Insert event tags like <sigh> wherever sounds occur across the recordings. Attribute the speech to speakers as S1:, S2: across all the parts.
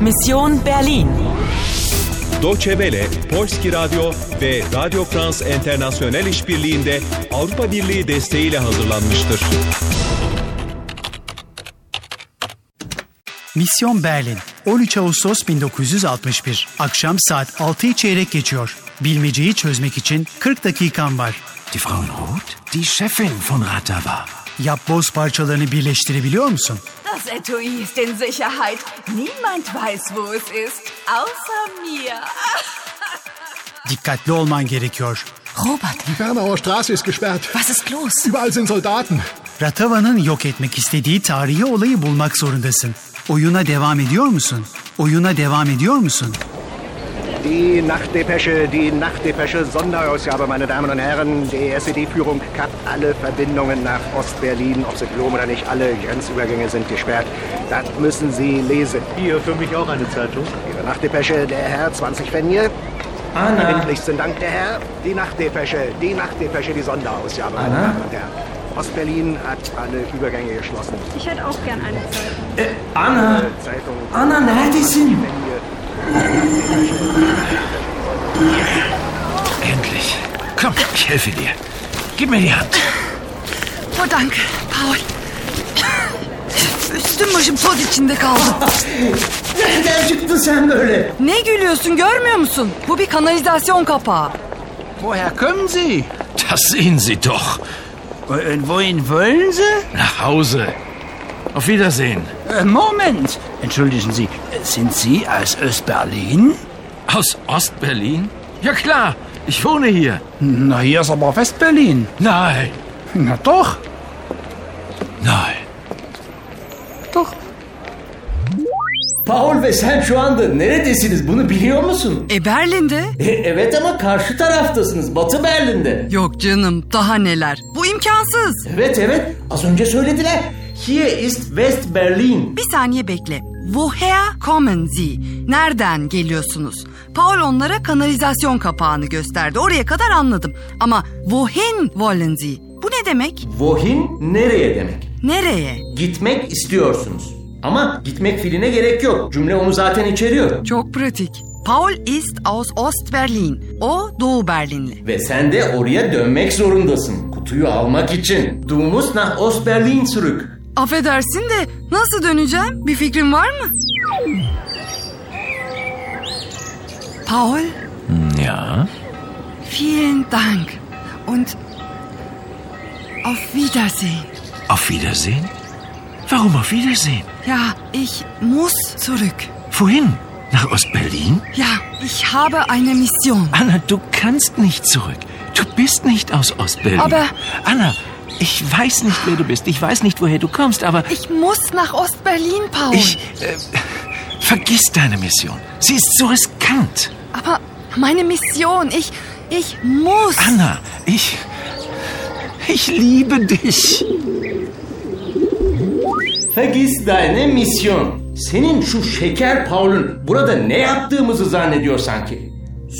S1: Mission Berlin.
S2: Deutsche Welle, Polski Radyo ve Radio France International işbirliğinde Avrupa Birliği desteğiyle hazırlanmıştır.
S3: Misyon Berlin. 13 Ağustos 1961. Akşam saat 6'yı çeyrek geçiyor. Bilmeceyi çözmek için 40 dakikan var.
S4: Die Frau in Rot? Die Chefin von Ratava.
S3: Yapboz parçalarını birleştirebiliyor musun?
S5: Das Etui ist in Sicherheit. Niemand weiß, wo es ist, außer mir.
S3: Dikkatli olman gerekiyor.
S6: Robert,
S7: Die Bernauer Straße ist gesperrt.
S6: was ist los?
S7: Überall sind Soldaten.
S3: Ratava'nın yok etmek istediği tarihi olayı bulmak zorundasın. Oyuna devam ediyor musun? Oyuna devam ediyor musun?
S8: Die Nachtdepesche, die Nachtdepesche, Sonderausgabe, meine Damen und Herren. Die SED-Führung kappt alle Verbindungen nach Ostberlin, ob Sie glauben oder nicht. Alle Grenzübergänge sind gesperrt. Das müssen Sie lesen.
S9: Hier, für mich auch eine Zeitung.
S8: Ihre Nachtdepesche, der Herr, 20 Fenje. Anna. Herzlichsten Dank, der Herr. Die Nachtdepesche, die Nachtdepesche, die Sonderausgabe, meine Damen und Herren. Ostberlin hat alle Übergänge geschlossen.
S10: Ich hätte auch gern eine Zeit.
S8: Anna. Zeitung.
S4: Anna neredesin? Endlich. Komm, ich helfe dir. Gib mir die Hand.
S6: Oh danke, Paul. Üstüm başım toz içinde kaldı.
S4: Nereden çıktın sen böyle?
S6: Ne gülüyorsun görmüyor musun? Bu bir kanalizasyon kapağı.
S4: Woher kommen Sie? Das sehen Sie doch. Und Äh, wohin wollen Sie? Nach Hause. Auf Wiedersehen. Moment. Entschuldigen Sie, sind Sie aus Ostberlin? Aus Ostberlin? Ja klar, ich wohne hier. Na, hier ist aber Westberlin. Nein. Na doch. Nein.
S9: Paul ve sen şu anda neredesiniz bunu biliyor musun?
S6: E Berlin'de?
S9: E, evet ama karşı taraftasınız Batı Berlin'de.
S6: Yok canım daha neler. Bu imkansız.
S9: Evet evet az önce söylediler. Hier ist West Berlin.
S6: Bir saniye bekle. Woher kommen Sie? Nereden geliyorsunuz? Paul onlara kanalizasyon kapağını gösterdi. Oraya kadar anladım. Ama wohin wollen Sie? Bu ne demek?
S9: Wohin nereye demek?
S6: Nereye?
S9: Gitmek istiyorsunuz. Ama gitmek filine gerek yok. Cümle onu zaten içeriyor.
S6: Çok pratik. Paul ist aus Ostberlin. O Doğu Berlinli.
S9: Ve sen de oraya dönmek zorundasın. Kutuyu almak için. Du musst nach Ostberlin zurück.
S6: Affedersin de nasıl döneceğim? Bir fikrin var mı? Paul,
S4: Ja?
S6: vielen Dank und auf Wiedersehen.
S4: Auf Wiedersehen? Warum auf Wiedersehen?
S6: Ja, ich muss zurück.
S4: Wohin? Nach Ostberlin?
S6: Ja, ich habe eine Mission.
S4: Anna, du kannst nicht zurück. Du bist nicht aus Ostberlin.
S6: Aber-
S4: Anna, ich weiß nicht, wer du bist. Ich weiß nicht, woher du kommst, aber
S6: Ich muss nach Ostberlin, Paul.
S4: ich. Äh, vergiss deine Mission. Sie ist so riskant.
S6: Aber meine Mission, ich, ich muss.
S4: Anna, ich. Ich liebe dich.
S9: Vergiss deine Mission. Senin şu şeker Paul'un burada ne yaptığımızı zannediyor sanki.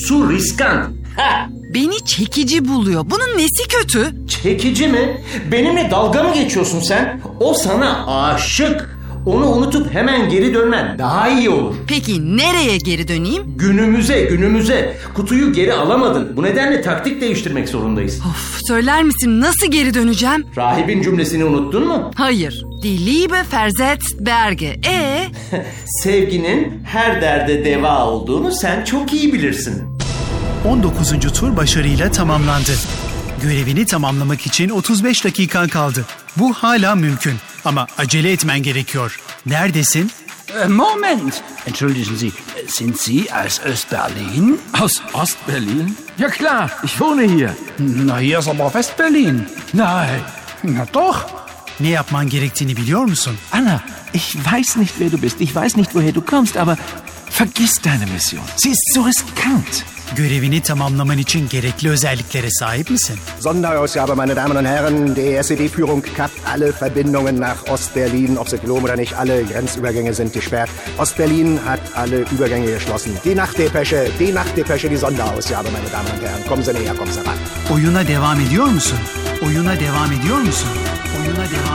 S9: Su riskan. Ha!
S6: Beni çekici buluyor. Bunun nesi kötü?
S9: Çekici mi? Benimle dalga mı geçiyorsun sen? O sana aşık. Onu unutup hemen geri dönmen daha iyi olur.
S6: Peki nereye geri döneyim?
S9: Günümüze günümüze kutuyu geri alamadın. Bu nedenle taktik değiştirmek zorundayız.
S6: Of, söyler misin nasıl geri döneceğim?
S9: Rahibin cümlesini unuttun mu? <laughs>
S6: Hayır. Die Liebe versetzt Berge. E
S9: Sevginin her derde deva olduğunu sen çok iyi bilirsin.
S3: 19. tur başarıyla tamamlandı. Görevini tamamlamak için 35 dakikan kaldı. Bu hala mümkün ama acele etmen gerekiyor. Neredesin?
S4: Äh, Moment. Entschuldigen Sie, sind Sie aus Ostberlin? Aus Ostberlin? Ja klar, ich wohne hier. Na, hier ist aber Westberlin. Nein. Na doch.
S3: Ne yapman gerektiğini biliyor musun?
S4: Anna, ich weiß nicht, wer du bist. Ich weiß nicht, woher du kommst, aber vergiss deine Mission. Sie ist so riskant.
S3: Görevini tamamlaman için gerekli özelliklere sahip misin?
S8: Sonderausgabe, meine Damen und Herren. Die SED-Führung kappt alle Verbindungen nach Ostberlin, ob Sie glauben oder nicht. Alle Grenzübergänge sind gesperrt. Ostberlin hat alle Übergänge geschlossen. Die Nachtdepesche, die Nachtdepesche, die Sonderausgabe, meine Damen und Herren. Kommen Sie näher, kommen Sie ran.
S3: Oyuna devam ediyor musun? Oyuna devam ediyor musun? Oyuna devam